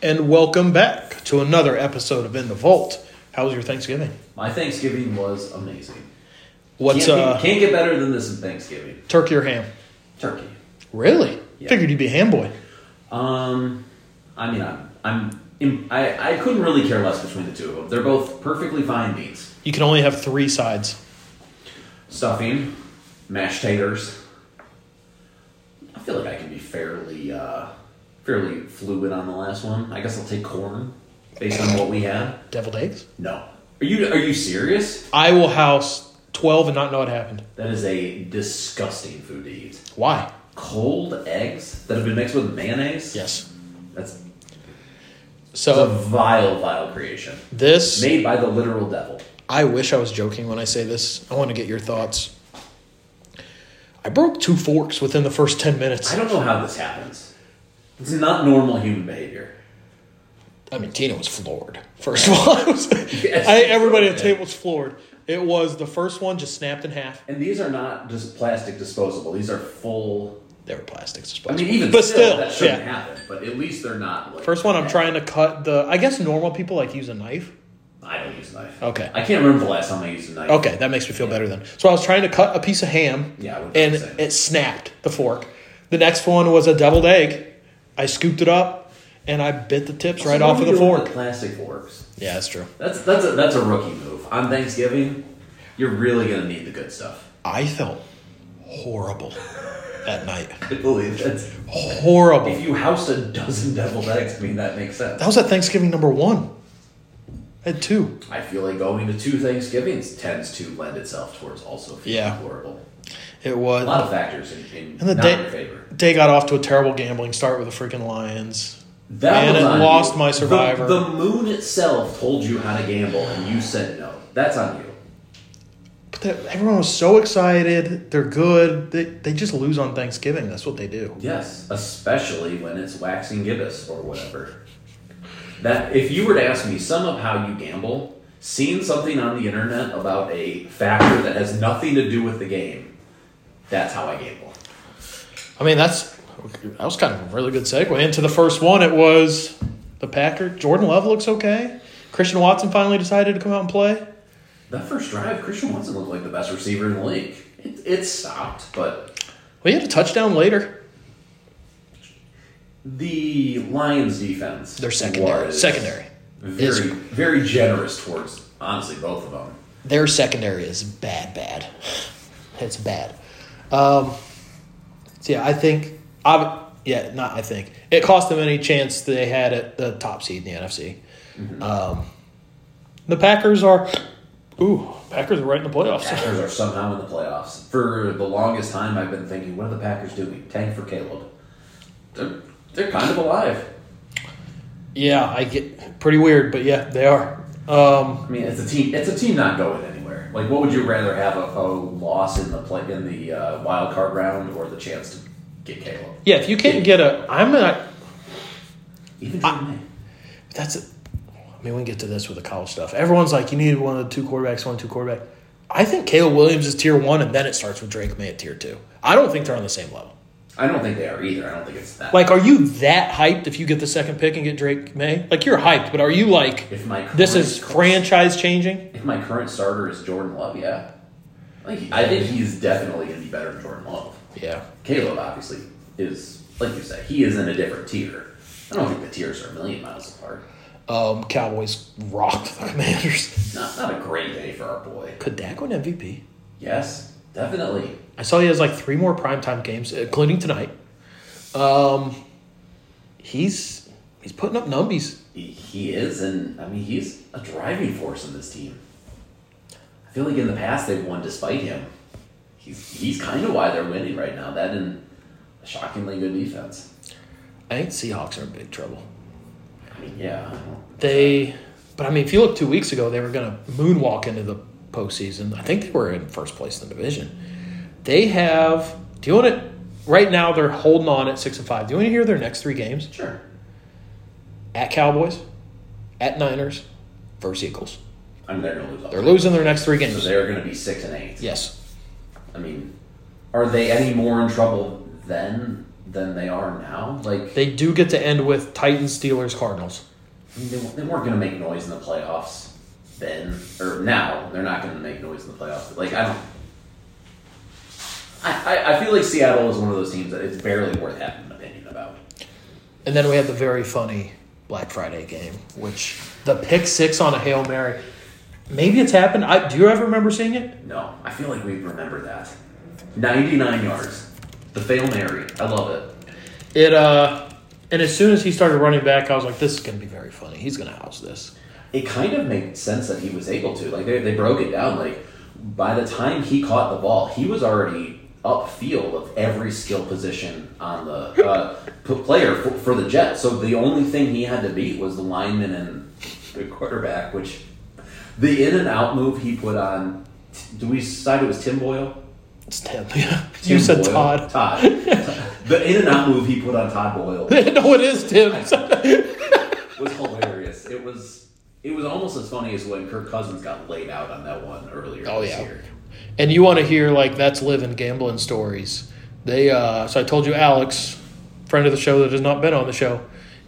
And welcome back to another episode of In the Vault. How was your Thanksgiving? My Thanksgiving was amazing. What's can't, uh can't get better than this in Thanksgiving. turkey or ham? Turkey. Really? Yeah. Figured you'd be a ham boy. Um, I mean, I'm, I'm, im- I, I couldn't really care less between the two of them. They're both perfectly fine meats. You can only have three sides. Stuffing, mashed taters. I feel like I can be fairly, uh, fairly fluid on the last one. I guess I'll take corn based on what we had. Deviled eggs? No. Are you, are you serious? I will house twelve and not know it happened. That is a disgusting food to eat. Why? Cold eggs that have been mixed with mayonnaise? Yes. That's It's a So vile, vile creation this made by the literal devil. I wish I was joking when I say this. I want to get your thoughts. I broke two forks within the first ten minutes. I don't know how this happens. It's not normal human behavior. I mean, Tina was floored. First of all, I was, I, everybody at the table was floored. It was the first one just snapped in half. And these are not just plastic disposable. These are full. They were plastics I disposable. mean, even but still, still, that shouldn't yeah. happen. But at least they're not. Like, First one, I'm trying to cut the. I guess normal people like use a knife. I don't use a knife. Okay. I can't remember the last time I used a knife. Okay, that makes me feel better then. So I was trying to cut a piece of ham. Yeah, I would and say. it snapped the fork. The next one was a deviled egg. I scooped it up and I bit the tips So right what off are of you the doing with fork. Plastic forks. Yeah, that's true. That's that's a, that's a rookie move on Thanksgiving. You're really gonna need the good stuff. I felt horrible that night. I believe that's Horrible. If you house a dozen deviled eggs, I mean that makes sense. That was at Thanksgiving number one. I had two. I feel like going to two Thanksgivings tends to lend itself towards also feeling Yeah. horrible. It A was. lot of factors in, in And the not day, your favor. day got off to a terrible gambling start with the freaking Lions. That Man, was it on lost you. my The- survivor. The, moon itself told you how to gamble, and you said no. That's on you. But that, everyone was so excited. They're good. They, they just lose on Thanksgiving. That's what they do. Yes, especially when it's waxing gibbous or whatever. That if you were to ask me sum up how you gamble, seeing something on the internet about a factor that has nothing to do with the game, that's how I gamble. I mean, that's that was kind of a really good segue into the first one. It was the Packer. Jordan Love looks okay. Christian Watson finally decided to come out and play. That first drive, Christian Watson looked like the best receiver in the league. It, it stopped, but Well, he had a touchdown later. the Lions' defense. They're secondary. was Secondary. Very, Is- very generous towards, honestly, both of them. Their secondary is bad, bad. It's bad. Um, so yeah, I think I yeah, not I think it cost them any chance they had at the top seed in the NFC. Um, the Packers are, ooh, Packers are right in the playoffs. Packers are somehow in the playoffs. For the longest time, I've been thinking, what are the Packers doing? Tank for Caleb. They're, they're kind of alive. Yeah, I get pretty weird, but yeah, they are. Um, I mean, it's a team. It's a team not going anywhere. Like, what would you rather have a, a loss in the play in the uh, wild card round or the chance to get Caleb? yeah, if you can't get a, I'm not. Even Drew May. That's. A, I mean, we can get to this with the college stuff. Everyone's like, you need one of the two quarterbacks, one of the two quarterback. I think Caleb Williams is tier one, and then it starts with Drake May at tier two. I don't think they're on the same level. I don't think they are either. I don't think it's that. Like, are you that hyped if you get the second pick and get Drake May? Like, you're hyped, but are you like, if my current, this is franchise changing? if my current starter is Jordan Love, yeah, like I think he's definitely going to be better than Jordan Love. Yeah. Caleb obviously is, like you said, he is in a different tier. I don't think the tiers are a million miles apart. Um, Cowboys rocked the Commanders. Not not a great day for our boy. Could Dak win MVP? Yes, definitely. I saw he has like three more primetime games, including tonight. Um, he's he's putting up numbies. He, he is, and I mean he's a driving force in this team. I feel like in the past they've won despite him. He's he's kind of why they're winning right now. That and a shockingly good defense. I think Seahawks are in big trouble. I mean, yeah. I don't- They, but I mean, if you look two weeks ago, they were going to moonwalk into the postseason. I think they were in first place in the division. They have. Do you want to? Right now, they're holding on at six and five. Do you want to hear their next three games? Sure. At Cowboys, at Niners, versus Eagles. I mean, they're gonna lose. all They're three. losing their next three So games. they're gonna be six and eight. Yes. I mean, are they any more in trouble then than they are now. Like They do get to end with Titans, Steelers, Cardinals. I mean, they, they weren't going to make noise in the playoffs then or now. They're not going to make noise in the playoffs. Like I don't. I, I, I feel like Seattle is one of those teams that it's barely worth having an opinion about. And then we had the very funny Black Friday game, which the pick six on a Hail Mary. Maybe it's happened. I, do you ever remember seeing it? No, I feel like we remember that. Ninety-nine yards, the fail Mary. I love it. It uh and as soon as he started running back, I was like, this is gonna be very funny. He's gonna house this. It kind of made sense that he was able to. Like they, they broke it down. Like by the time he caught the ball, he was already upfield of every skill position on the uh, p- player for, for the Jets. So the only thing he had to beat was the lineman and the quarterback. Which the in and out move he put on. Do we decide it was Tim Boyle? It's Tim. Yeah. you said Boyle. Todd. Todd. the in and out move he put on Todd Boyle no, it is Tim. was hilarious. It was it was almost as funny as when Kirk Cousins got laid out on that one earlier Oh, this yeah. year. and you wanna hear like that's living gambling stories. They uh so I told you Alex, friend of the show that has not been on the show,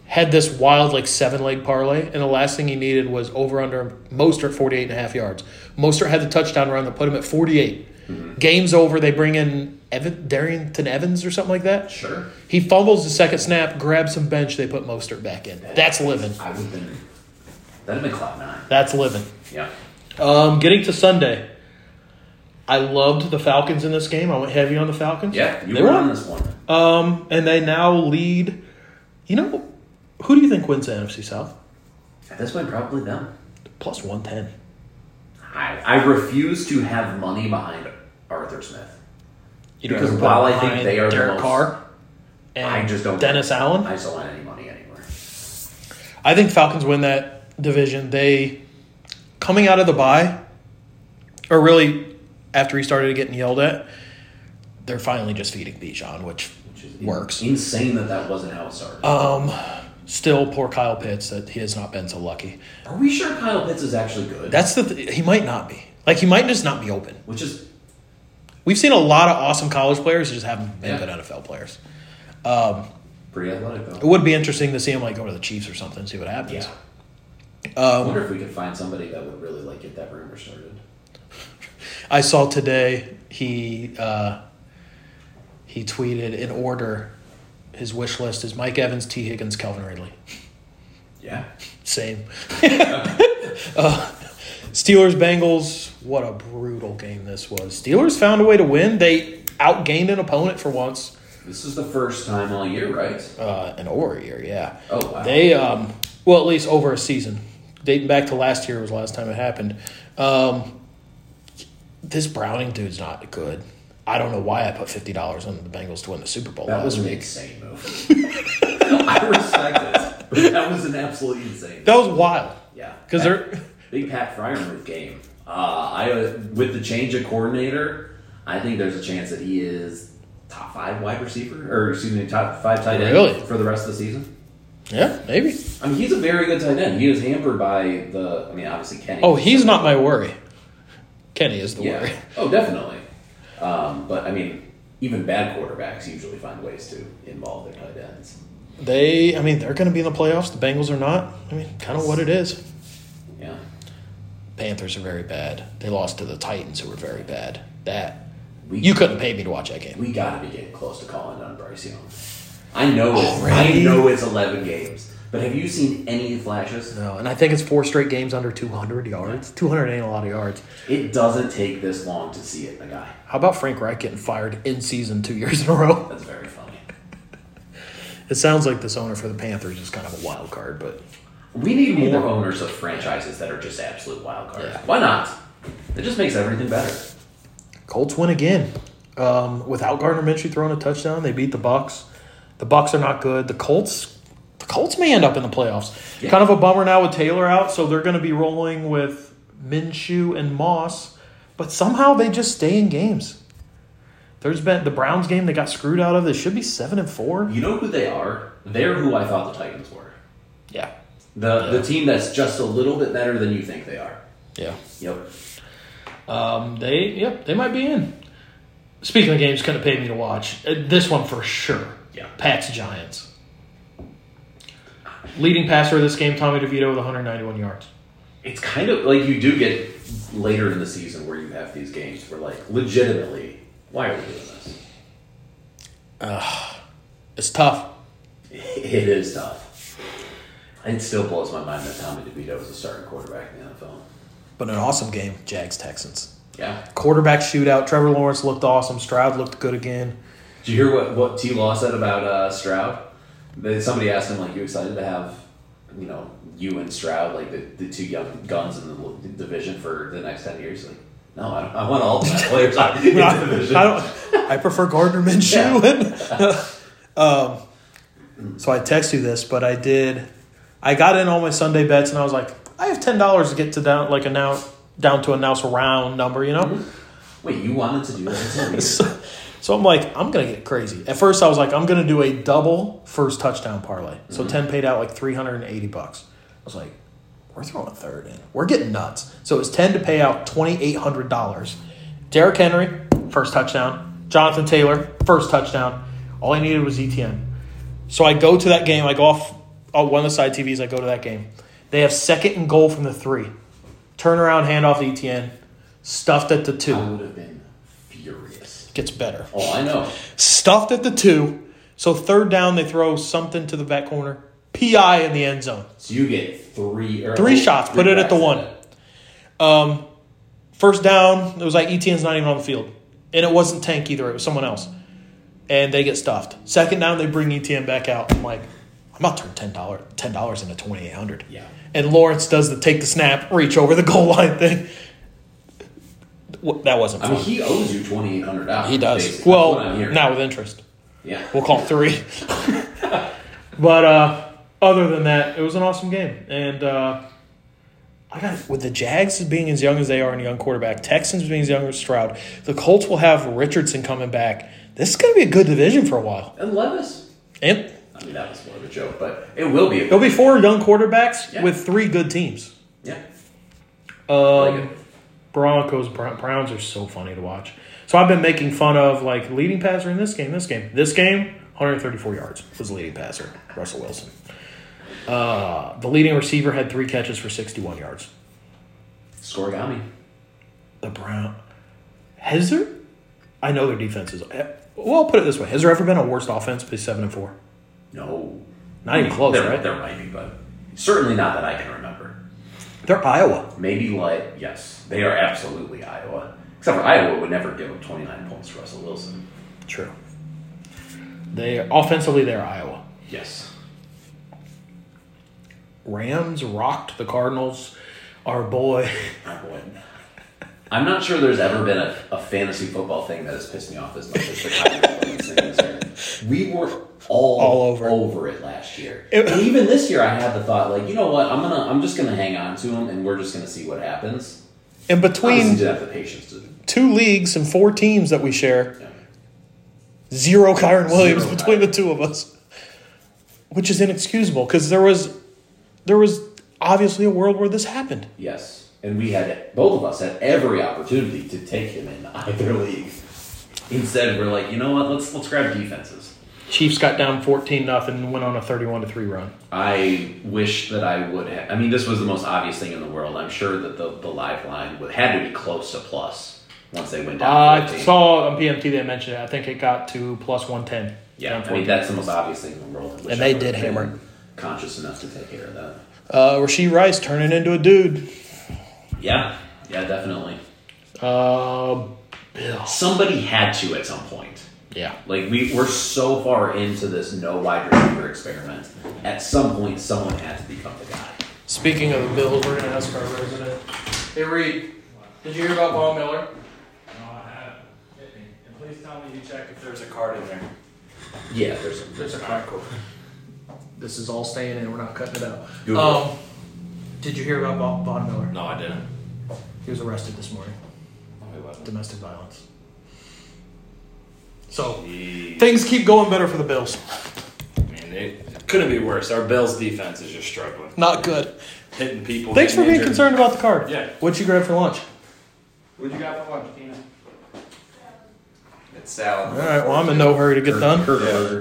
had this wild like seven leg parlay and the last thing he needed was over under Mostert 48 and a half yards. Mostert had the touchdown run that put him at 48. Game's over, they bring in Evan, Darrington Evans or something like that. Sure. He fumbles the second snap, grabs some bench, they put Mostert back in. That's living. I would have been that'd have been cloud nine. That's living. Yeah. Um, getting to Sunday. I loved the Falcons in this game. I went heavy on the Falcons. Yeah, you they were were. on this one. Um, and they now lead. You know, who do you think wins the NFC South? At this point probably them. Plus 110. I, I refuse to have money behind Arthur Smith. You Because have to put while I think behind they are the Derek most- Carr and I just don't Dennis Allen. I just don't want any money anywhere. I think Falcons win that division. They coming out of the bye, or really after he started getting yelled at, they're finally just feeding Bijan, which Which is Works. Uh, Insane that that wasn't how it started. still poor Kyle Pitts that he has not been so lucky. Are we sure Kyle Pitts is actually good? That's the th- he might not be like he might just not be open. Which is We've seen a lot of awesome college players who just haven't been Yeah. good NFL players. pretty athletic It though. would be interesting to see him like go to the Chiefs or something, see what happens. Yeah. Um, I wonder if we could find somebody that would really like get that rumor started. I saw today he uh, he tweeted in order his wish list is Mike Evans, T. Higgins, Calvin Ridley. Yeah. Same. Uh, Steelers Bengals. What a brutal game this was. Steelers found a way to win. They outgained an opponent for once. This is the first time all year, right? Uh, an over a year, yeah. Oh, wow. They um, well at least over a season. Dating back to last year was the last time it happened. Um, this Browning dude's not good. I don't know why I put fifty dollars on the Bengals to win the Super Bowl last That was an week. insane move. I respect it, but that was an absolutely insane. That was wild Yeah, because they're big Pat Fryer move game. Uh, I uh, with the change of coordinator, I think there's a chance that he is top five wide receiver, or excuse me, top five tight end Really? for the rest of the season. yeah maybe. I mean, he's a very good tight end. He was hampered by the. I mean, obviously Kenny. Oh, he's not my worry. Kenny is the yeah. worry. Oh, definitely. Um, but I mean, even bad quarterbacks usually find ways to involve their tight ends. They, I mean, they're going to be in the playoffs. The Bengals are not. I mean, kind of what it is. Yeah. Panthers are very bad. They lost to the Titans, who were very bad. That We, you couldn't pay me to watch that game. we gotta be getting close to calling on Bryce Young. I know it's, Already? I know it's eleven games, but have you seen any flashes? No, and I think it's four straight games under 200 yards. 200 ain't a lot of yards. It doesn't take this long to see it in a guy. How about Frank Reich getting fired in season two years in a row? That's very funny. It sounds like this owner for the Panthers is kind of a wild card, but We need more owners of franchises that are just absolute wild cards. Yeah. Why not? It just makes everything better. Colts win again. Um, without Gardner Minshew throwing a touchdown, they beat the Bucks. The Bucks are not good. The Colts, the Colts may end up in the playoffs. Yeah. Kind of a bummer now with Taylor out, so they're going to be rolling with Minshew and Moss. But somehow they just stay in games. There's been the Browns game they got screwed out of. They should be seven and four. You know who they are? They're who I thought the Titans were. Yeah, The the team that's just a little bit better than you think they are. yeah. Yep. Um, they yep, they might be in. Speaking of games, kind of paid me to watch uh, this one for sure. Yeah. Pats Giants. Leading passer of this game, Tommy DeVito with 191 yards. It's kind of like you do get later in the season where you have these games where, like, legitimately, why are we doing this? It's tough. It is tough. It still blows my mind that Tommy DeVito was a starting quarterback in the NFL. But an awesome game, Jags Texans. Yeah. Quarterback shootout. Trevor Lawrence looked awesome. Stroud looked good again. Did you hear what, what T Law said about uh, Stroud? That somebody asked him, like, you excited to have, you know, you and Stroud, like, the, the two young guns in the l- division for the next 10 years? Like, no, I, don't, I want all the best players on- in I, the division. I don't. I prefer Gardner Minshew. um, so I text you this, but I did. I got in all my Sunday bets, and I was like, I have ten dollars to get to down like a now down to a now round number, you know. Wait, you wanted to do that? until you- So, so I'm like, I'm gonna get crazy. At first, I was like, I'm gonna do a double first touchdown parlay. So ten paid out like 380 bucks. I was like, we're throwing a third in. We're getting nuts. So it was ten to pay out 2,800 dollars. Derrick Henry first touchdown. Jonathan Taylor first touchdown. All I needed was ETN. So I go to that game. I go off on one of the side TVs. I go to that game. They have second and goal from the three. Turnaround handoff to ETN. Stuffed at the I two. would have been furious. Gets better Oh, I know. stuffed at the two. So third down, they throw something to the back corner. PI in the end zone. So you get three or Three shots. Put it at the cracks one. at it. First down, it was like ETN's not even on the field. And it wasn't Tank either, it was someone else. And they get stuffed. Second down, they bring ETN back out. I'm like, I'm about to turn ten dollars ten dollars into twenty eight hundred. Yeah. And Lawrence does the take the snap, reach over the goal line thing. W- That wasn't I fun. mean, he owes you twenty eight hundred dollars. he does. That's Well, what I'm hearing. now with interest. yeah. We'll call it three. but uh, other than that, it was an awesome game. And uh, I got with the Jags being as young as they are and young quarterback, Texans being as young as Stroud, the Colts will have Richardson coming back. This is going to be a good division for a while. and Levis. And I mean, that was more of a joke, but it will be. A, it'll be four young quarterbacks Yeah. with three good teams. yeah. Um, Like it. Broncos, Bro- Browns are so funny to watch. So I've been making fun of like leading passer in this game, this game, this game. 134 yards was the leading passer, Russell Wilson. Uh, the leading receiver had three catches for 61 yards. Scorigami. The Brown has there? I know their defense is. eh, Well, I'll put it this way: Has there ever been a worst offense be seven and four? No. Not even close, There, right? there might be, but certainly not that I can remember. They're Iowa. Maybe like yes, they are absolutely Iowa. Except for Iowa would never give up twenty nine points to Russell Wilson. True. They offensively they're Iowa. Yes. Rams rocked the Cardinals. Our boy. I would. I'm not sure there's ever been a, a fantasy football thing that has pissed me off as much as the Cowboys women's thing this year. We were all, All over it. it last year, It- and even this year, I had the thought like, you know what? I'm gonna, I'm just gonna hang on to him, and we're just gonna see what happens. In Honestly, between didn't have the patience to. two leagues and four teams that we share, you know. zero Kyron Williams Kyron. between the two of us, which is inexcusable because there was, there was obviously a world where this happened. Yes, and we had both of us had every opportunity to take him in either league. Instead, we're like, you know what? Let's let's grab defenses. Chiefs got down fourteen nothing and went on a thirty-one to three run. I wish that I would have. I mean, this was the most obvious thing in the world. I'm sure that the, the live line would had to be close to plus once they went down. Uh, I 14. saw on PMT they mentioned it. I think it got to plus one ten. yeah, I mean that's the most obvious thing in the world. I wish And I they would did have been hammer. Conscious enough to take care of that. Uh, Rasheed Rice turning into a dude. Yeah, yeah, definitely. Uh, Bills. Somebody had to at some point. Yeah. Like we we're so far into this no wide receiver experiment. At some point, someone had to become the guy. Speaking of the Bills, we're gonna ask our resident. Hey Reed, did you hear about Von Miller? No, I haven't. And please tell me you checked if there's a card in there. Yeah, there's a, there's a crack. This is all staying in. We're not cutting it out. Good. Um, did you hear about Von, Von Miller? No, I didn't. He was arrested this morning. Domestic violence. So Jeez. things keep going better for the Bills. Man, it, it couldn't be worse. Our Bills defense is just struggling. Not good. Hitting people. Thanks for getting being injured. concerned about the card. Yeah. What you grab for lunch? What'd you got for lunch, Tina? It's All salad. right. Well, I'm in no hurry to get done. Herberger.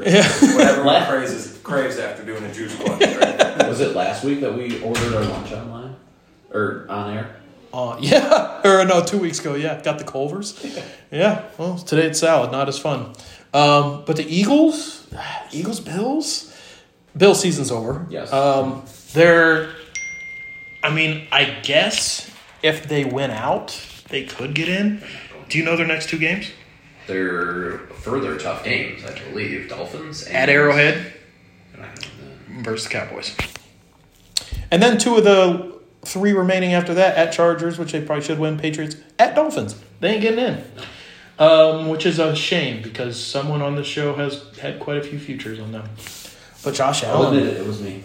Whatever one Left. craves, craves after doing a juice cleanse, right? Was it last week that we ordered our lunch online or on air? Uh, yeah. Or no, two weeks ago. Yeah, got the Culvers. Yeah. Well, today it's salad. Not as fun. Um, but the Eagles, Eagles, Bills, Bill season's over. Yes. Um, they're. I mean, I guess if they win out, they could get in. Do you know their next two games? They're further tough games, I believe. Dolphins and At Arrowhead versus the Cowboys. And then two of the three remaining after that at Chargers, which they probably should win, Patriots, at Dolphins. They ain't getting in. Um, which is a shame because someone on this show has had quite a few futures on them. But Josh I'll admit Allen, it, it was me.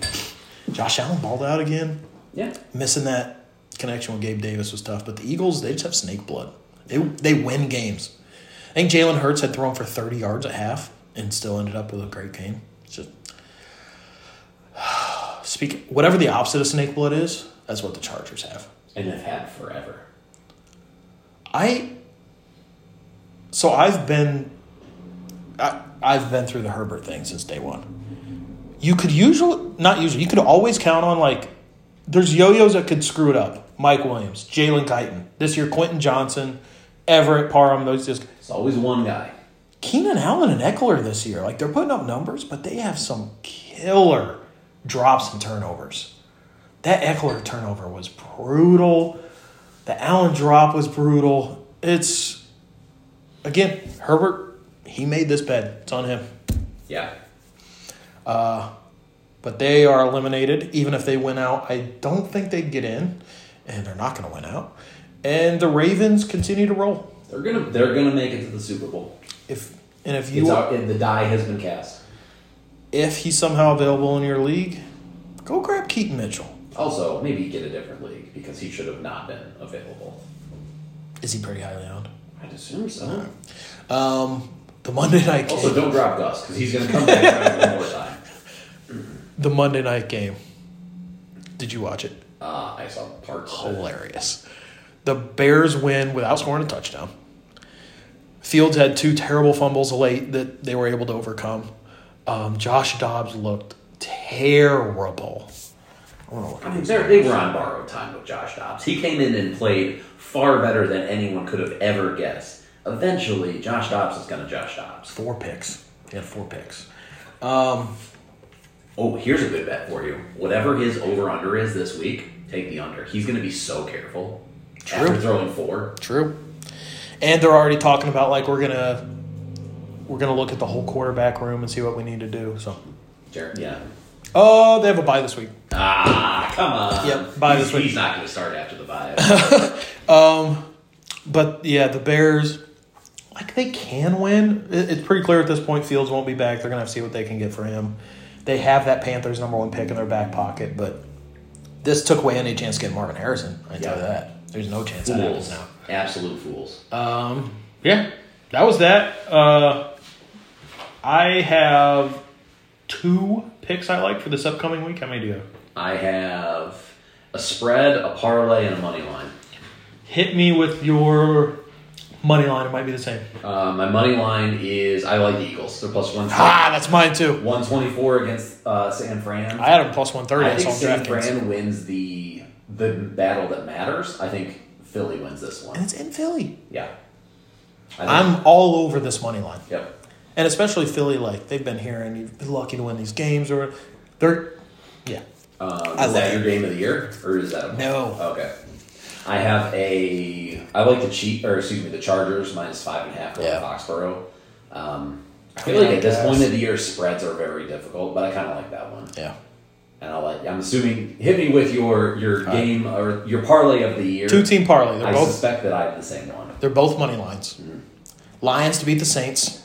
Josh Allen balled out again. Yeah. Missing that connection with Gabe Davis was tough. But the Eagles, they just have snake blood. They, they win games. I think Jalen Hurts had thrown for 30 yards at half and still ended up with a great game. It's just speak whatever the opposite of snake blood is, that's what the Chargers have. And have had forever. I so I've been I, I've been through the Herbert thing since day one. You could usually not usually you could always count on like there's yo-yos that could screw it up. Mike Williams, Jalen Guyton, this year Quentin Johnson, Everett Parham, those just It's always one guy. Keenan Allen and Eckler this year, like they're putting up numbers, but they have some killer drops and turnovers. That Eckler turnover was brutal. The Allen drop was brutal. It's again Herbert. He made this bed. It's on him. Yeah. But they are eliminated. Even if they win out, I don't think they get in, and they're not going to win out. And the Ravens continue to roll. They're gonna they're gonna make it to the Super Bowl. If and if you It's out, the die has been cast. if he's somehow available in your league, go grab Keaton Mitchell. Also, maybe get a different league because he should have not been available. Is he pretty highly owned? I'd assume so. Um, the Monday night game. Also, don't drop Gus because he's gonna come back around one more time. the Monday night game. Did you watch it? Uh, I saw parts. of it. Hilarious. The Bears win without scoring a touchdown. Fields had two terrible fumbles late that they were able to overcome. Um, Josh Dobbs looked terrible. I wanna look at I mean, they're- they were on borrowed time with Josh Dobbs. He came in and played far better than anyone could have ever guessed. Eventually, Josh Dobbs is going to Josh Dobbs. four picks. He had four picks. Oh, here's a good bet for you. Whatever his over under is this week, take the under. He's going to be so careful after True. throwing four. True. And they're already talking about like we're gonna we're gonna look at the whole quarterback room and see what we need to do. So Jared, yeah. Oh, they have a bye this week. Ah, come on. Yep, bye he's, this week. He's not going to start after the bye. But yeah, the Bears, like they can win. It- It's pretty clear at this point Fields won't be back. They're gonna have to see what they can get for him. They have that Panthers number one pick in their back pocket, but this took away any chance to get Marvin Harrison. I tell you Yeah. that. There's no chance that happens fools. now. Absolute fools. Um, yeah, that was that. Uh, I have two picks I like for this upcoming week. How many do you have? I have a spread, a parlay, and a money line. Hit me with your money line. It might be the same. Uh, my money line is I like the Eagles. They're plus one. Ah, that's mine too. 124 against uh, San Fran. I had him plus one thirty. I I saw think on San DraftKings. Fran wins the the battle that matters. I think Philly wins this And one. it's in Philly. Yeah. I think, I'm all over this money line, Yep. and especially Philly. Like they've been here, and you've been lucky to win these games, or they're yeah. Um, I is that like your game of the year, or is that a No. Okay. I have a. I like the cheat, or excuse me, the Chargers minus five and a half going Yeah. to Foxborough. Um, I Yeah, feel like I at this guess. point of the year, spreads are very difficult, but I kind of like that one. Yeah, And I'll let. I'm assuming hit me with your your game or your parlay of the year. two team parlay. They're I both suspect that I have the same one. They're both money lines. Lions to beat the Saints,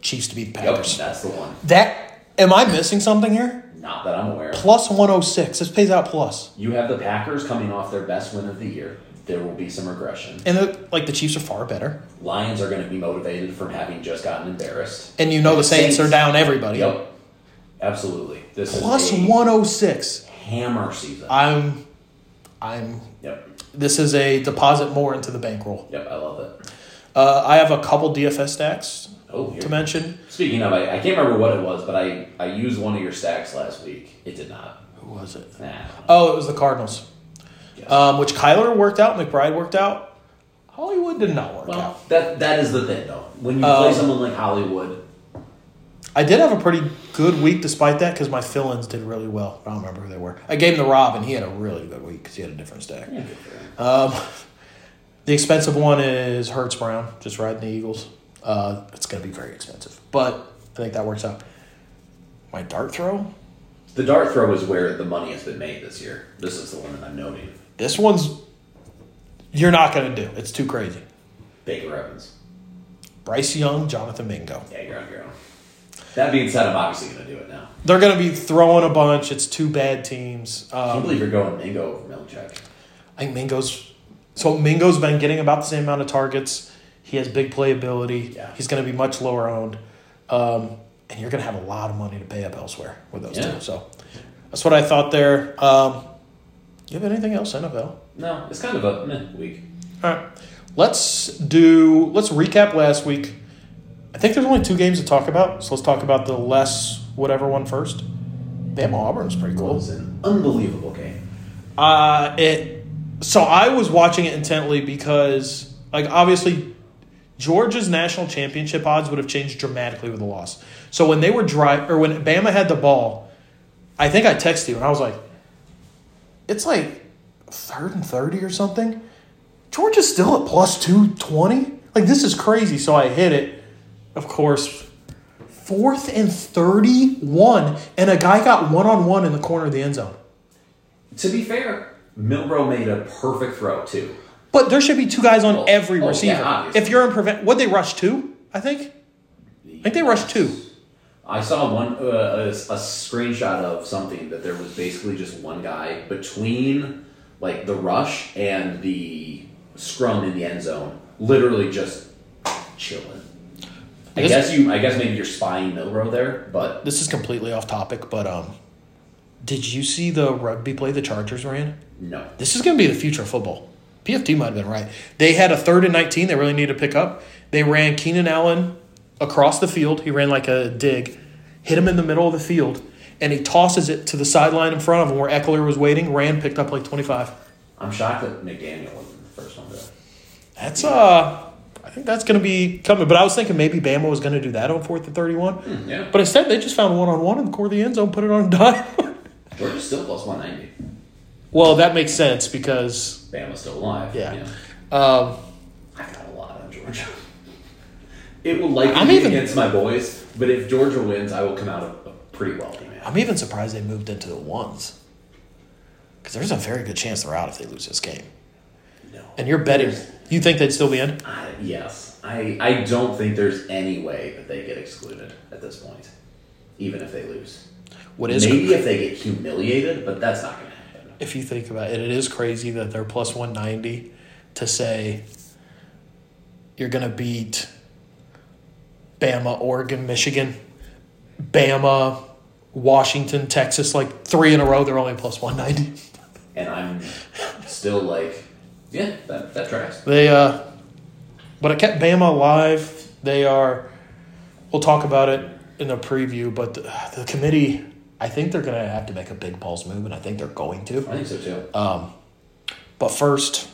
Chiefs to beat the Yep, Packers. that's the one. That am I missing something here? Not that I'm aware of. Plus one oh six. This pays out plus. You have the Packers coming off their best win of the year. There will be some regression. And the, like the Chiefs are far better. Lions are going to be motivated from having just gotten embarrassed. And you know the Saints, Saints. are down everybody. Yep. Absolutely. This Plus is a one oh six. hammer season. I'm I'm yep. this is a deposit more into the bankroll. Yep, I love it. Uh, I have a couple DFS stacks Oh, here. to mention. Speaking of, I, I can't remember what it was, but I, I used one of your stacks last week. It did not. Who was it? Nah. Oh, it was the Cardinals, Yes. um, which Kyler worked out, McBride worked out, Hollywood did not work out. well, that that is the thing, though. When you Um, play someone like Hollywood, I did have a pretty good week despite that because my fill-ins did really well. I don't remember who they were. I gave him the Rob, and he had a really good week because he had a different stack. Um, the expensive one is Hertz Brown, just riding the Eagles. Uh, it's going to be very expensive, but I think that works out. My dart throw. the dart throw is where the money has been made this year. This is the one that I'm noting. This one's you're not going to do. It's too crazy. Baker Evans. Bryce Young, Jonathan Mingo. Yeah, you're on your own. That being said, I'm obviously going to do it now. They're going to be throwing a bunch. It's two bad teams. I can't Um, believe you're going Mingo over Milchek. I think Mingo's so Mingo's been getting about the same amount of targets. He has big playability. Yeah. He's going to be much lower owned, um, and you're going to have a lot of money to pay up elsewhere with those Yeah. two. So that's what I thought there. Um, you have anything else NFL? All No, it's kind of a meh week. right, let's do. Let's recap last week. I think there's only two games to talk about, so let's talk about the less whatever one first. Bama Auburn was pretty It cool. was an unbelievable game. Uh, it. So I was watching it intently because, like, obviously, Georgia's national championship odds would have changed dramatically with the loss. So when they were drive or when Bama had the ball, I think I texted you and I was like, "It's like third and thirty or something." Georgia's still at plus two twenty. Like this is crazy. So I hit it. Of course, fourth and thirty-one, and a guy got one-on-one in the corner of the end zone. To be fair, Milrow made a perfect throw too. But there should be two guys on Oh, every oh, yeah, receiver. obviously. if you're in prevent, would they rush two? I think. I think they rushed two. I saw one uh, a, a screenshot of something that there was basically just one guy between like the rush and the scrum in the end zone, literally just chilling. I This- guess you. I guess maybe you're spying Milrow there, but This is completely off topic, but um, did you see the rugby play the Chargers ran? no. This is going to be the future of football. PFT might have been right. They had a third and nineteen. They really need to pick up. They ran Keenan Allen across the field. He ran like a dig, hit him in the middle of the field, and he tosses it to the sideline in front of him where Eckler was waiting. Ran picked up like twenty five. I'm shocked that McDaniel wasn't the first one to. That's uh, I think that's going to be coming. But I was thinking maybe Bama was going to do that on fourth and thirty-one, Yeah, but instead they just found one on one in the core of the end zone, put it on a dime. Georgia's still plus 190. well, that makes sense because Bama's still alive. Yeah. um, I've got a lot on Georgia. It will likely I'm be even- against my boys, but if Georgia wins, I will come out a, a pretty wealthy man. I'm even surprised they moved into the ones because there's a very good chance they're out if they lose this game. No. And you're betting you think they'd still be in. I, yes, I I don't think there's any way that they get excluded at this point, even if they lose. What is Maybe if they get humiliated, but that's not going to happen. if you think about it, it is crazy that they're plus 190 to say you're going to beat Bama, Oregon, Michigan, Bama, Washington, Texas, like three in a row. They're only plus 190. And I'm still like, yeah, that that tracks. They, uh, but it kept Bama alive. They are, we'll talk about it in the preview, but the, the committee, I think they're going to have to make a big balls move, and I think they're going to. I think so too. Uh, But first,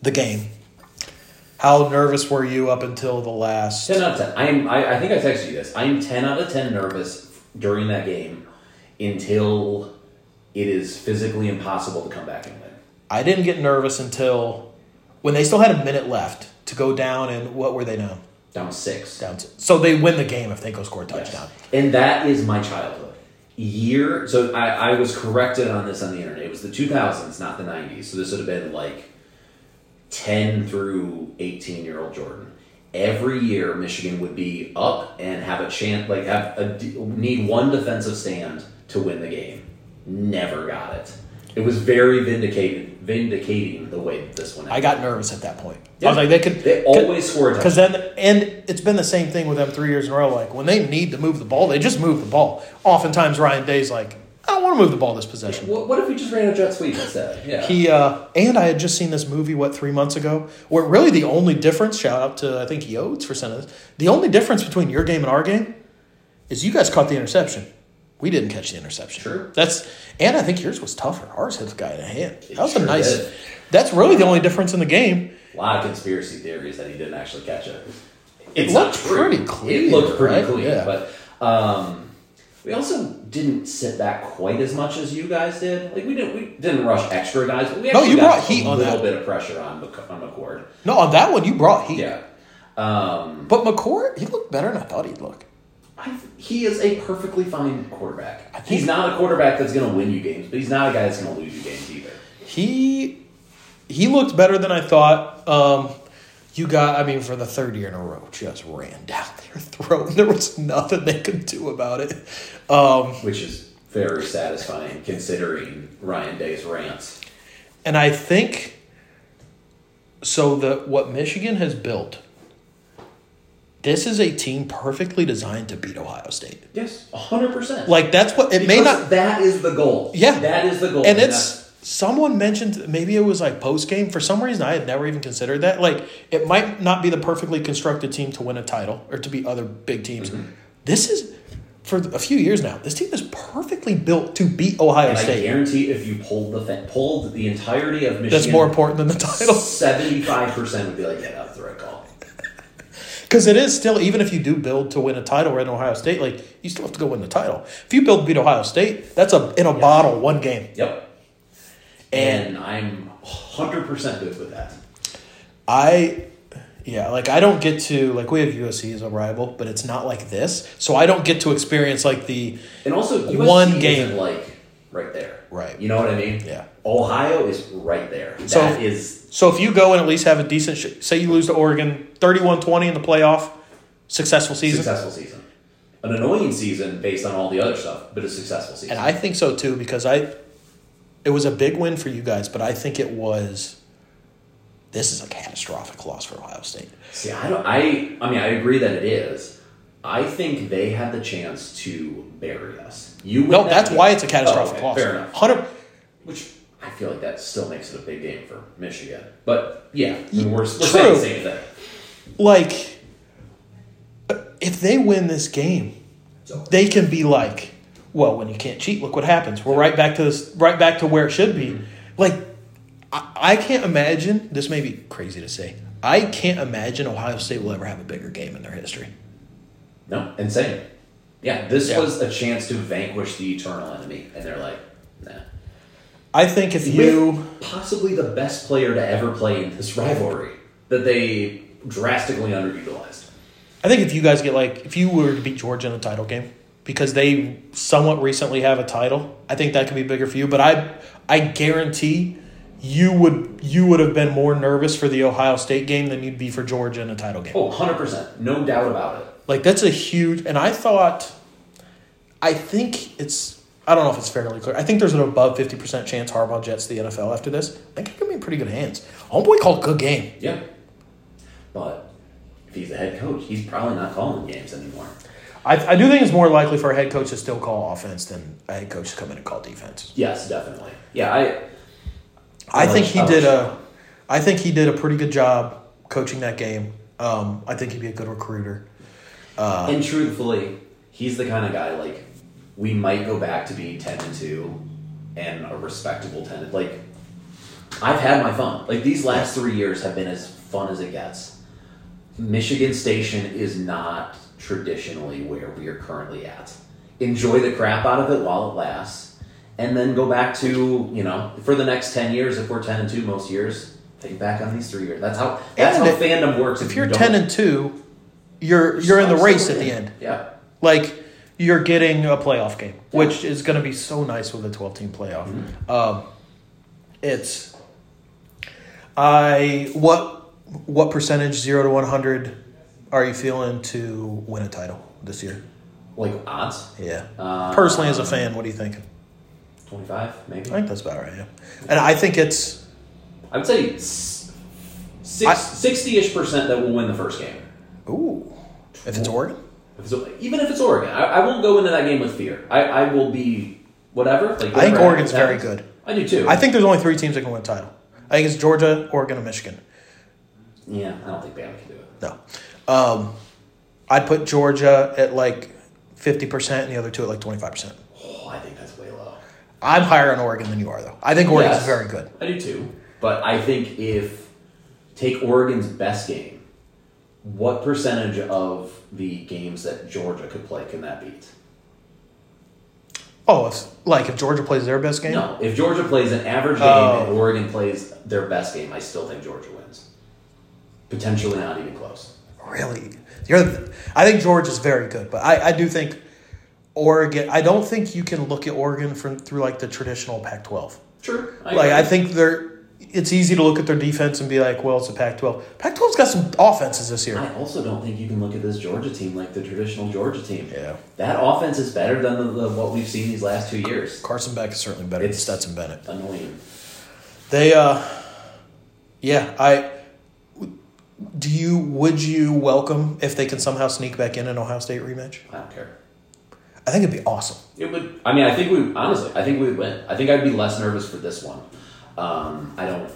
the game. How nervous were you up until the last? 10 out of 10. I'm, I, I think I texted you this. I'm 10 out of 10 nervous during that game until it is physically impossible to come back and win. I didn't get nervous until when they still had a minute left to go down, and what were they down? Down six. Down. To, so they win the game if they go score a touchdown. And that is my childhood. Year. So I, I was corrected on this on the internet. It was the 2000s, not the 90s. So this would have been like 10 through 18 year old Jordan. Every year, Michigan would be up and have a chance, like have a d- need one defensive stand to win the game. Never got it. It was very vindicated, vindicating the way that this one. I Happened. got nervous at that point. I Yeah. was like, they could. They always score a touchdown. Because then, and it's been the same thing with them three years in a row. Like when they need to move the ball, they just move the ball. Oftentimes, Ryan Day's like, I don't want to move the ball this possession. What, what if we just ran a jet sweep instead? Yeah. He uh, and I had just seen this movie what three months ago. Where really the only difference, shout out to I think Yotes for sending this. The only difference between your game and our game is you guys caught the interception. We didn't catch the interception. Sure. That's and I think yours was tougher. Ours hit the guy in the hand. That was sure a nice. did. That's really the only difference in the game. a lot of conspiracy theories that he didn't actually catch it. It's It not looked true. pretty clean, It looked pretty right? clean, Yeah. but um, we also didn't sit back quite as much as you guys did. Like we didn't we didn't rush extra guys. But we No, actually you got brought heat a on little that. bit of pressure on Mc- on McCord. No, on that one you brought heat. Yeah. Um, But McCord, he looked better than I thought he'd look. I, he is a perfectly fine quarterback. I think- He's not a quarterback that's going to win you games, but he's not a guy that's going to lose you games either. He he looked better than I thought. Um, you got, I mean, for the third year in a row, just ran down their throat. There was nothing they could do about it. Um, Which is very satisfying considering Ryan Day's rants. and I think so. The what Michigan has built. This is a team perfectly designed to beat Ohio State. Yes, hundred percent. Like that's what it may Because not. That is the goal. Yeah. that is the goal. And that's- it's someone mentioned maybe it was like post game for some reason I had never even considered that. Like it might not be the perfectly constructed team to win a title or to beat other big teams. Mm-hmm. This is for a few years now. This team is perfectly built to beat Ohio and I State. guarantee if you pulled the fa- pulled the entirety of Michigan, That's more important than the title Seventy five percent would be like, yeah, that's the right call. because it is still even if you do build to win a title right in Ohio State, like you still have to go win the title. If you build to beat Ohio State, that's a in a bottle one game. Yep. And I'm hundred percent good with that. I yeah, like I don't get to like we have USC as a rival, but it's not like this. So I don't get to experience like the And also, USC One isn't, game. like right there, Right. You know what I mean? Yeah. Ohio is right there. So- that is so if you go and at least have a decent sh- say you lose to Oregon 31-20 in the playoff, successful season. successful season. An annoying season based on all the other stuff, but a successful season. And I think so too because I it was a big win for you guys, but I think it was this is a catastrophic loss for Ohio State. See, I don't. I. I mean, I agree that it is. I think they had the chance to bury us. You win No, that that's game- why it's a catastrophic Oh, okay, loss. Fair enough. 100 Which I feel like that still makes it a big game for Michigan. But yeah, I mean, we're, we're True. saying the same thing. like if they win this game, So they can be like, well, when you can't cheat, look what happens. We're right back to this, right back to where it should be. Like, I, I can't imagine. This may be crazy to say. I can't imagine Ohio State will ever have a bigger game in their history. no, insane. Yeah, this Yeah. was a chance to vanquish the eternal enemy, and they're like, nah. I think if you, With possibly the best player to ever play in this rivalry that they drastically underutilized. I think if you guys get like, if you were to beat Georgia in a title game because they somewhat recently have a title, I think that could be bigger for you. But I, I guarantee you would you would have been more nervous for the Ohio State game than you'd be for Georgia in a title game. Oh, 100%. No doubt about it. Like that's a huge and I thought I think it's I don't know if it's fairly clear. I think there's an above fifty percent chance Harbaugh jets the NFL after this. I think it could be in pretty good hands. Homeboy called good game. Yeah. But if he's the head coach, he's probably not calling games anymore. I, I do think it's more likely for a head coach to still call offense than a head coach to come in and call defense. Yes, definitely. Yeah, I I think he Oh, did sure. a I think he did a pretty good job coaching that game. Um, I think he'd be a good recruiter. and truthfully, he's the kind of guy like we might go back to being ten and two and a respectable ten. Like I've had my fun. Like these last three years have been as fun as it gets. Michigan Station is not traditionally where we are currently at. Enjoy the crap out of it while it lasts, and then go back to you know for the next ten years. If we're ten and two most years, think back on these three years. That's how that's And how if- fandom works. If you're you don't- ten and two, you're you're in the race at the end. yeah. Like you're getting a playoff game, which is going to be so nice with a 12 team playoff. Um, it's I what what percentage zero to 100 are you feeling to win a title this year? like odds. Yeah, Uh, personally as a fan, what do you think? 25, maybe. I think that's about right. Yeah, and I think it's I would say s- I- six, 60-ish percent that will win the first game. ooh if it's Oregon. If it's- even if it's Oregon. I, I won't go into that game with fear. I, I will be whatever. Like I think whatever Oregon's happens, very happens. good. I do too. I think there's only three teams that can win a title. I think it's Georgia, Oregon, and Michigan. yeah, I don't think Bama can do it. No. Um, I'd put Georgia at like 50% and the other two at like 25%. Oh, I think that's way low. I'm higher on Oregon than you are, though. I think Oregon's Yes. very good. I do too. But I think if take Oregon's best game, what percentage of the games that Georgia could play can that beat? Oh, if, like if Georgia plays their best game? No, if Georgia plays an average game Oh. and Oregon plays their best game, I still think Georgia wins. Potentially not even close. Really? You're, I think Georgia's very good, but I, I do think Oregon, I don't think you can look at Oregon from, through like the traditional Pac 12. Sure. Like, agree. I think they're. It's easy to look at their defense and be like, well, it's a Pac 12. Pac 12's got some offenses this year. I also don't think you can look at this Georgia team like the traditional Georgia team. Yeah. That offense is better than the, the, what we've seen these last two years. Carson Beck is certainly better It's- than Stetson Bennett. Annoying. They, uh, yeah, I. Do you would you welcome if they can somehow sneak back in an Ohio State rematch? I don't care. I think it'd be awesome. It would. I mean, I think we honestly. I think we would win. I think I'd be less nervous for this one. Um, I don't.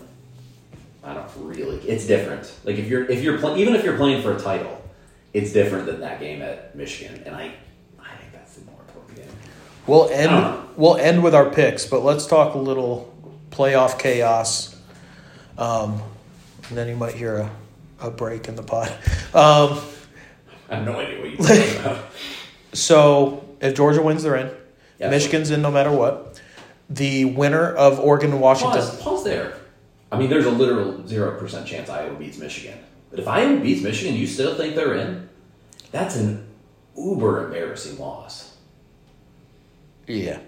I don't really. It's different. Like if you're if you're playing even if you're playing for a title, it's different than that game at Michigan. And I, I think that's the more important game. We'll I don't know. end we'll end with our picks, but let's talk a little playoff chaos. Um, and then you might hear a, a break in the pod. Um, I have no idea what you're talking about. so if Georgia wins, they're in. Yeah. Michigan's in no matter what. The winner of Oregon and Washington. Pause. Pause there. I mean, there's a literal zero percent chance Iowa beats Michigan. But if Iowa beats Michigan, you still think they're in? That's an uber embarrassing loss. Yeah.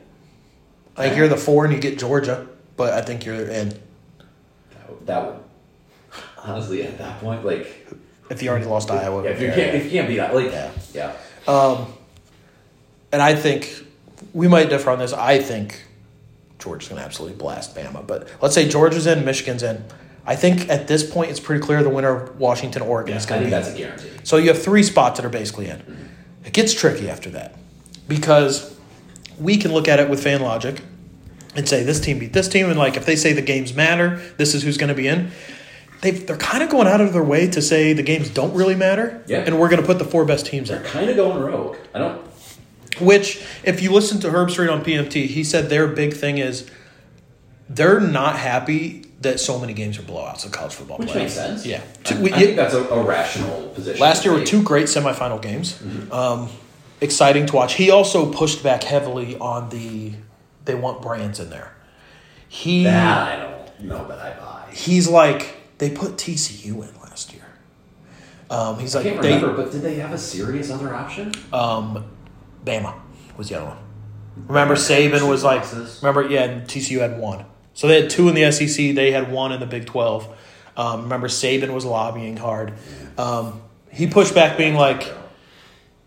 I think you're the four and you get Georgia, but I think you're in That would, that would honestly at that point like. if you already lost Iowa. Yeah, if you can't, if you can't beat that, like, Yeah. yeah. And I think we might differ on this. I think Georgia's going to absolutely blast Bama, but let's say Georgia's in, Michigan's in. I think at this point it's pretty clear the winner of Washington Oregon is I going to think be. that's a guarantee. So you have three spots that are basically in. It gets tricky after that because we can look at it with fan logic and say this team beat this team, and like if they say the games matter, this is who's going to be in. They've, they're kind of going out of their way to say the games don't really matter, Yeah. and we're going to put the four best teams in. They're kind of going rogue. I don't. Which, if you listen to Herb Street on PMT, he said their big thing is they're not happy that so many games are blowouts in college football. Which playoffs. makes sense. Yeah. I, Two- we- I think that's a, a rational position. last year were Like, two great semifinal games. Mm-hmm. Um, exciting to watch. He also pushed back heavily on the they want brands in there. He That I don't know that I buy. he's like they put TCU in last year. Um, he's I like can't they remember, but did they have a serious other option? Um, Bama was the other one. Remember, Saban was like, Losses. remember, yeah, and TCU had one. So they had two in the SEC. They had one in the Big Twelve. Um, remember, Saban was lobbying hard. Um, he pushed back, being like,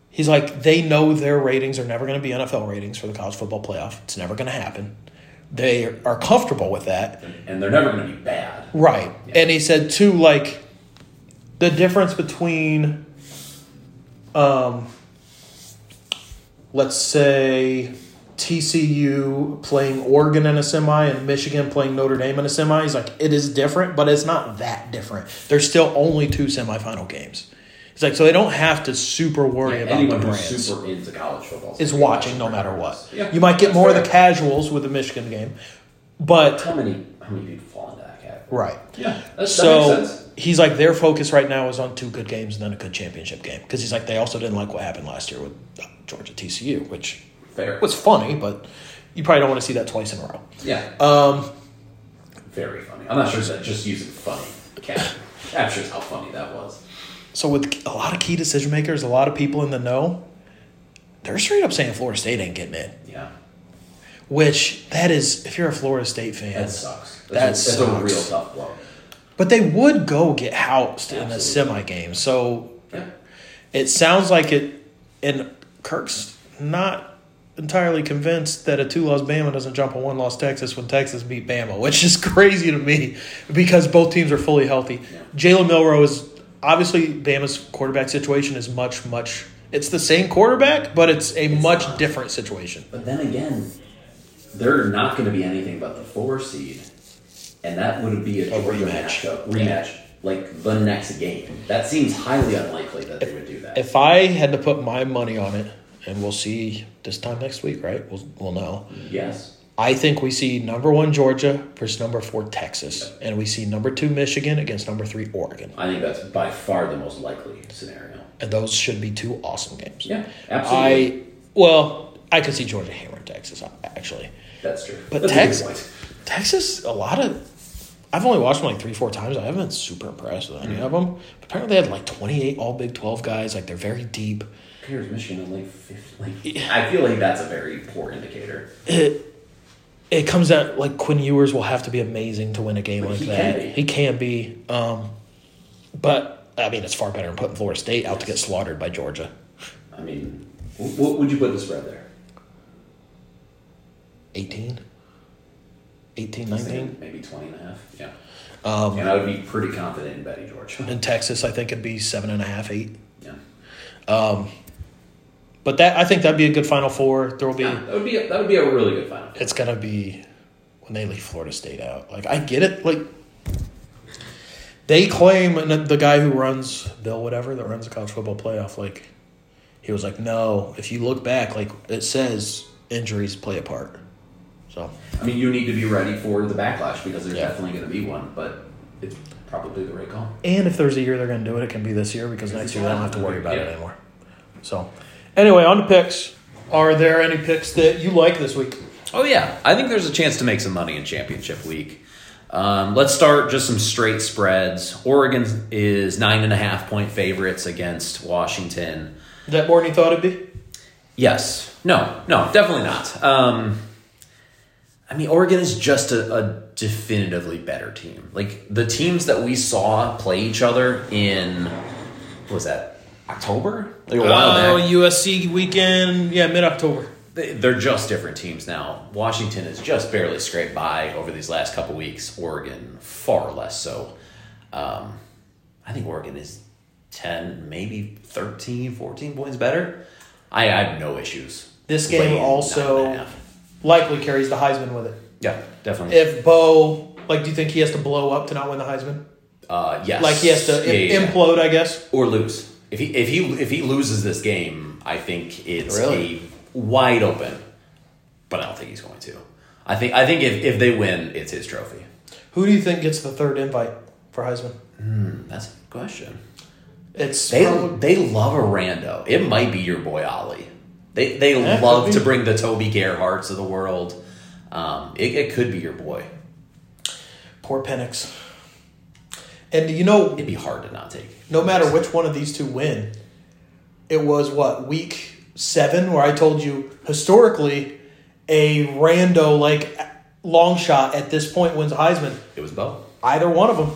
he's like, they know their ratings are never going to be NFL ratings for the college football playoff. It's never going to happen. They are comfortable with that. and they're never going to be bad. Right. Yeah. And he said too, like the difference between um let's say TCU playing Oregon in a semi and Michigan playing Notre Dame in a semi. He's like, it is different, but it's not that different. There's still only two semifinal games. He's like, so they don't have to super worry about the Anyone who's brands super into college football is watching no matter what. Yeah, you might get that's more of fair. the casuals with the Michigan game, but How many? How many people fall into that category? right. Yeah, that's, that makes sense. So he's like, their focus right now is on two good games and then a good championship game because he's like, they also didn't like what happened last year with uh, Georgia TCU, which Fair. was funny, but you probably don't want to see that twice in a row. Yeah. Um, Very funny. I'm not sure that just using funny cap- captures how funny that was. so with a lot of key decision makers, a lot of people in the know, they're straight up saying Florida State ain't getting in. Yeah. Which that is, if you're a Florida State fan, That sucks. That's, That a, sucks. that's a real tough blow. but they would go get housed in a Absolutely. semi game. So Yeah. it sounds like it, and Kirk's not entirely convinced that a two-loss Bama doesn't jump a one-loss Texas when Texas beat Bama, which is crazy to me because both teams are fully healthy. Jalen Milrow is obviously Bama's quarterback situation is much much. It's the same quarterback, but it's a much different situation. But then again, they're not going to be anything but the four seed, and that would be a, A Georgia rematch. matchup, rematch, like the next game. That seems highly unlikely that they would do that. If I had to put my money on it, and we'll see this time next week, right? We'll, we'll know. yes, I think we see number one Georgia versus number four Texas, and we see number two Michigan against number three Oregon, I think that's by far the most likely scenario. and those should be two awesome games. Yeah, absolutely. I well, I could see Georgia hammering Texas uh, actually, that's true. but That's a good Texas, point. Texas, a lot of. I've only watched them like three, four times. I haven't been super impressed with any Mm. of them. Apparently, they had like twenty-eight all Big Twelve guys. Like they're very deep. Here's Michigan in like fifth. Like, I feel like that's a very poor indicator. it comes out like Quinn Ewers will have to be amazing to win a game like He that. can be. He can be. Um, but I mean, it's far better than putting Florida State out to get slaughtered by Georgia. I mean, wh- what would you put the spread there? 18? 18, I was thinking 19? Maybe 20 and a half. Yeah. Um, and I would be pretty confident in Betty Georgia. In Texas, I think it'd be seven and a half, eight. Yeah. But that I think that'd be a good Final Four. There will be. Yeah, that would be a, that would be a really good final. It's gonna be when they leave Florida State out. Like I get it. Like they claim and the guy who runs Bill whatever that runs the college football playoff. Like he was like, no. If you look back, like it says, injuries play a part. So I mean, you need to be ready for the backlash because there's Yeah. definitely going to be one, but it's probably the right call. and if there's a year they're gonna do it, it can be this year because next year they don't have to worry about it Yeah. anymore. So anyway, on to picks. Are there any picks that you like this week? Oh yeah, I think there's a chance to make some money in championship week. Um, let's start just some straight spreads. Oregon is nine and a half point favorites against Washington. Is that more than you thought it'd be? Yes. No, no, definitely not. Um, I mean, Oregon is just a, a definitively better team. Like, the teams that we saw play each other in, what was that, October? Like a while Oh, back. USC weekend, yeah, mid October. They- They're just different teams now. Washington has just barely scraped by over these last couple weeks. Oregon, far less so. Um, I think Oregon is 10, maybe 13, 14 points better. I, I have no issues. This game laying nine also- and a half. likely carries the Heisman with it. Yeah, definitely. If Bo, like, do you think he has to blow up to not win the Heisman? uh, yes. Like, he has to Yeah, im- yeah, yeah. implode, I guess. or lose. If he if he if he loses this game, I think it's Really? a wide open. But I don't think he's going to. I think I think if, if they win, it's his trophy. Who do you think gets the third invite for Heisman? Hmm, That's a good question. It's They probably- they love a rando. It might be your boy Ollie. They they Yeah, it love could to be. bring the Toby Gerhardts of the world. Um, it, it could be your boy. poor Penix. And you know, It'd be hard to not take. no matter which one of these two win, it was what week seven where I told you historically a rando like long shot at this point wins a Heisman. It was Bo. Either one of them,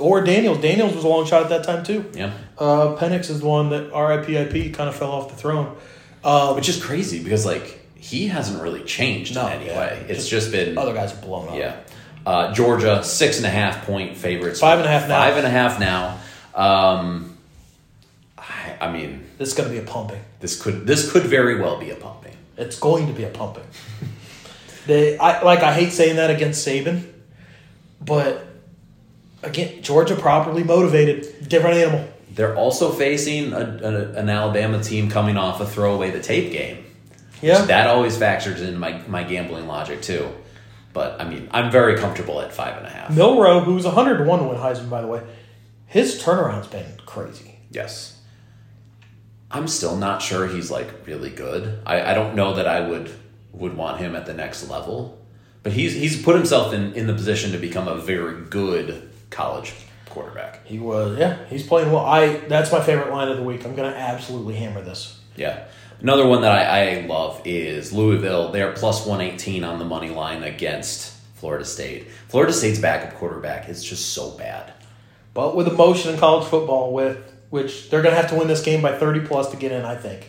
or Daniels. Daniels was a long shot at that time too. Yeah. Uh, Penix is the one that RIPIP kind of fell off the throne. Um, Which is crazy because like he hasn't really changed No, in any yeah. way. It's just been other guys are blown up. Yeah. Uh, Georgia, six and a half point favorites. Five and a half now. Five and a half now. Um, I, I mean, This is going to be a pumping. this could this could very well be a pumping. It's going to be a pumping. they, I like. I hate saying that against Saban, but again, Georgia properly motivated, different animal. They're also facing a, a- an Alabama team coming off a throwaway the tape game. Yeah, That always factors in my, my gambling logic too. But I mean, I'm very comfortable at five and a half. Milrow, who's hundred to one to win Heisman, by the way, his turnaround's been crazy. Yes. I'm still not sure he's like really good. I, I don't know that I would would want him at the next level. But he's he's put himself in, in the position to become a very good college quarterback. He was, yeah, he's playing well. I that's my favorite line of the week. I'm going to absolutely hammer this. Yeah. Another one that I, I love is Louisville. They're plus 118 on the money line against Florida State. Florida State's backup quarterback is just so bad. but with emotion in college football, with which they're going to have to win this game by thirty plus to get in, I think.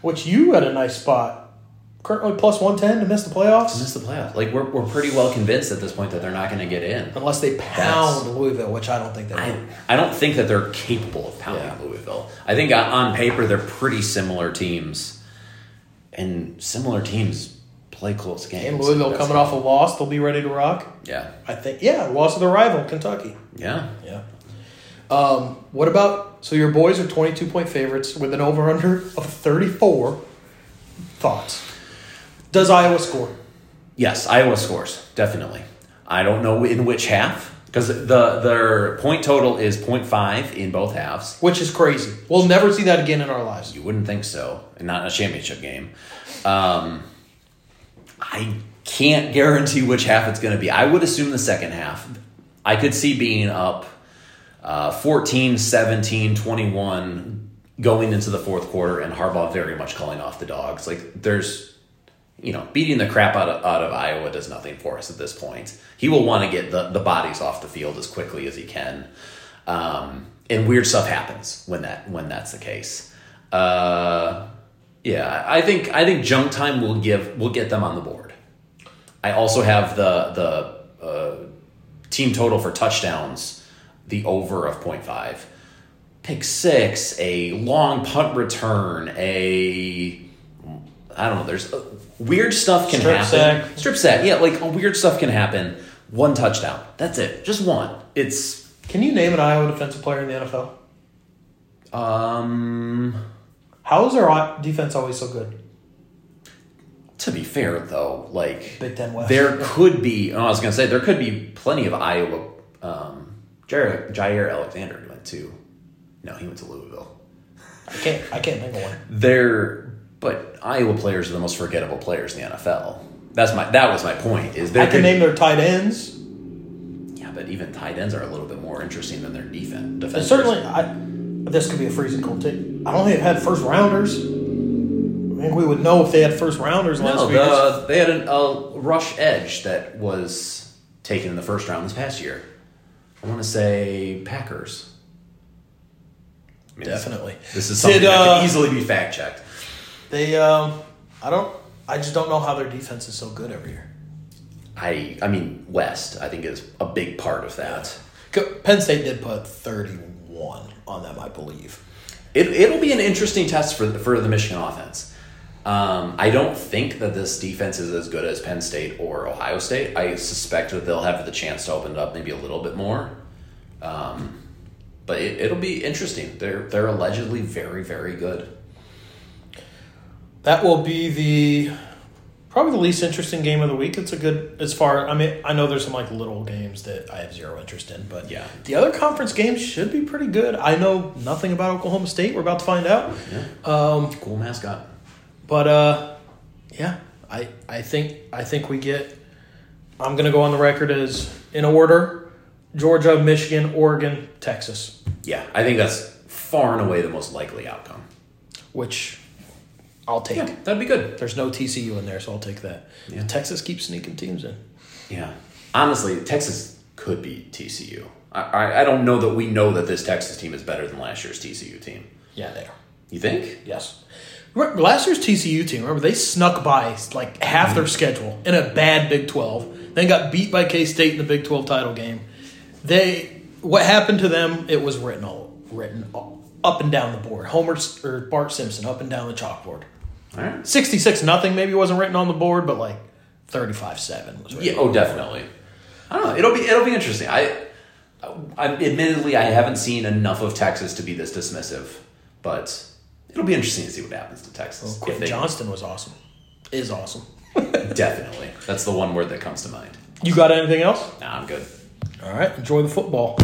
Which you had a nice spot, currently plus one ten to miss the playoffs, This is the playoffs. Like, we're, we're pretty well convinced at this point that they're not going to get in. unless they pound Louisville, which I don't think they I, will. I don't think that they're capable of pounding Yeah. Louisville. I think uh, on, on paper they're pretty similar teams, and similar teams play close games. And Louisville That's coming all. off a loss, they'll be ready to rock. Yeah. I think. Yeah, loss of the rival, Kentucky. Yeah. Yeah. Um, what about so your boys are twenty two point favorites with an over under of thirty four. Thoughts? Does Iowa score? Yes, Iowa scores definitely. I don't know in which half because the their point total is 0.5 in both halves. Which is crazy. We'll never see that again in our lives. You wouldn't think so, and not in a championship game. Um, I can't guarantee which half it's going to be. I would assume the second half. I could see being up uh, 14, 17, 21 going into the fourth quarter, and Harbaugh very much calling off the dogs. Like, there's, you know, beating the crap out of, out of Iowa does nothing for us at this point. He will want to get the, the bodies off the field as quickly as he can. Um, and weird stuff happens when that when that's the case. Uh, yeah, I think I think junk time will give will get them on the board. I also have the the uh, team total for touchdowns, the over of 0.5. Pick six, a long punt return, a I don't know. There's uh, weird stuff can Strip happen. sack. Strip sack, yeah, like weird stuff can happen. One touchdown, that's it, just one. It's Can you name an Iowa defensive player in the NFL? um. How is our defense always so good? To be fair, though, like Big Ten West. there could be. oh, I was gonna say there could be plenty of Iowa. Um, Jair, Jair Alexander went to. No, he went to Louisville. I can't. I can't think of one. There, but Iowa players are the most forgettable players in the NFL. That's my. That was my point. Is there? I can name their tight ends. Yeah, but even tight ends are a little bit more interesting than their defense. And Defense. certainly, I. This could be a freezing cold too. I don't think they've had first rounders. I think we would know if they had first rounders last No, week. the, they had an, a rush edge that was taken in the first round this past year. I want to say Packers. I mean, this- Definitely. This is something Did, that uh, could easily be fact checked. They, um, I don't, I just don't know how their defense is so good every year. I, I mean, West, I think, is a big part of that. Co- Penn State did put 31 on them, I believe. It, it'll be an interesting test for, for the Michigan offense. Um, I don't think that this defense is as good as Penn State or Ohio State. I suspect that they'll have the chance to open it up maybe a little bit more. Um, but it, it'll be interesting. They're, they're allegedly very, very good. That will be the probably the least interesting game of the week. It's a good as far. I mean, I know there's some like little games that I have zero interest in, but Yeah. the other conference games should be pretty good. I know nothing about Oklahoma State. We're about to find out. Um, Cool mascot. but uh, yeah, I I think I think we get. I'm gonna go on the record as in order: Georgia, Michigan, Oregon, Texas. Yeah, I think that's far and away the most likely outcome. which I'll take. Yeah, that'd be good. There's no TCU in there, so I'll take that. Texas keeps sneaking teams in. Yeah. Honestly, Texas could be TCU. I, I, I don't know that we know that this Texas team is better than last year's TCU team. Yeah, they are. You think? Yes. Remember, last year's TCU team, remember, they snuck by like half their schedule in a bad Big 12, then got beat by K State in the Big 12 title game. They What happened to them, it was written all written all, up and down the board. Homer S- or Bart Simpson up and down the chalkboard. All right. 66 nothing maybe wasn't written on the board, but like 35 7 was written. Yeah. Oh, definitely. I don't know. It'll be it'll be interesting. I, I admittedly I haven't seen enough of Texas to be this dismissive, but it'll be interesting to see what happens to Texas. Quentin they- Johnston was awesome. Is awesome. definitely. That's the one word that comes to mind. You got anything else? Nah, I'm good. All right, enjoy the football.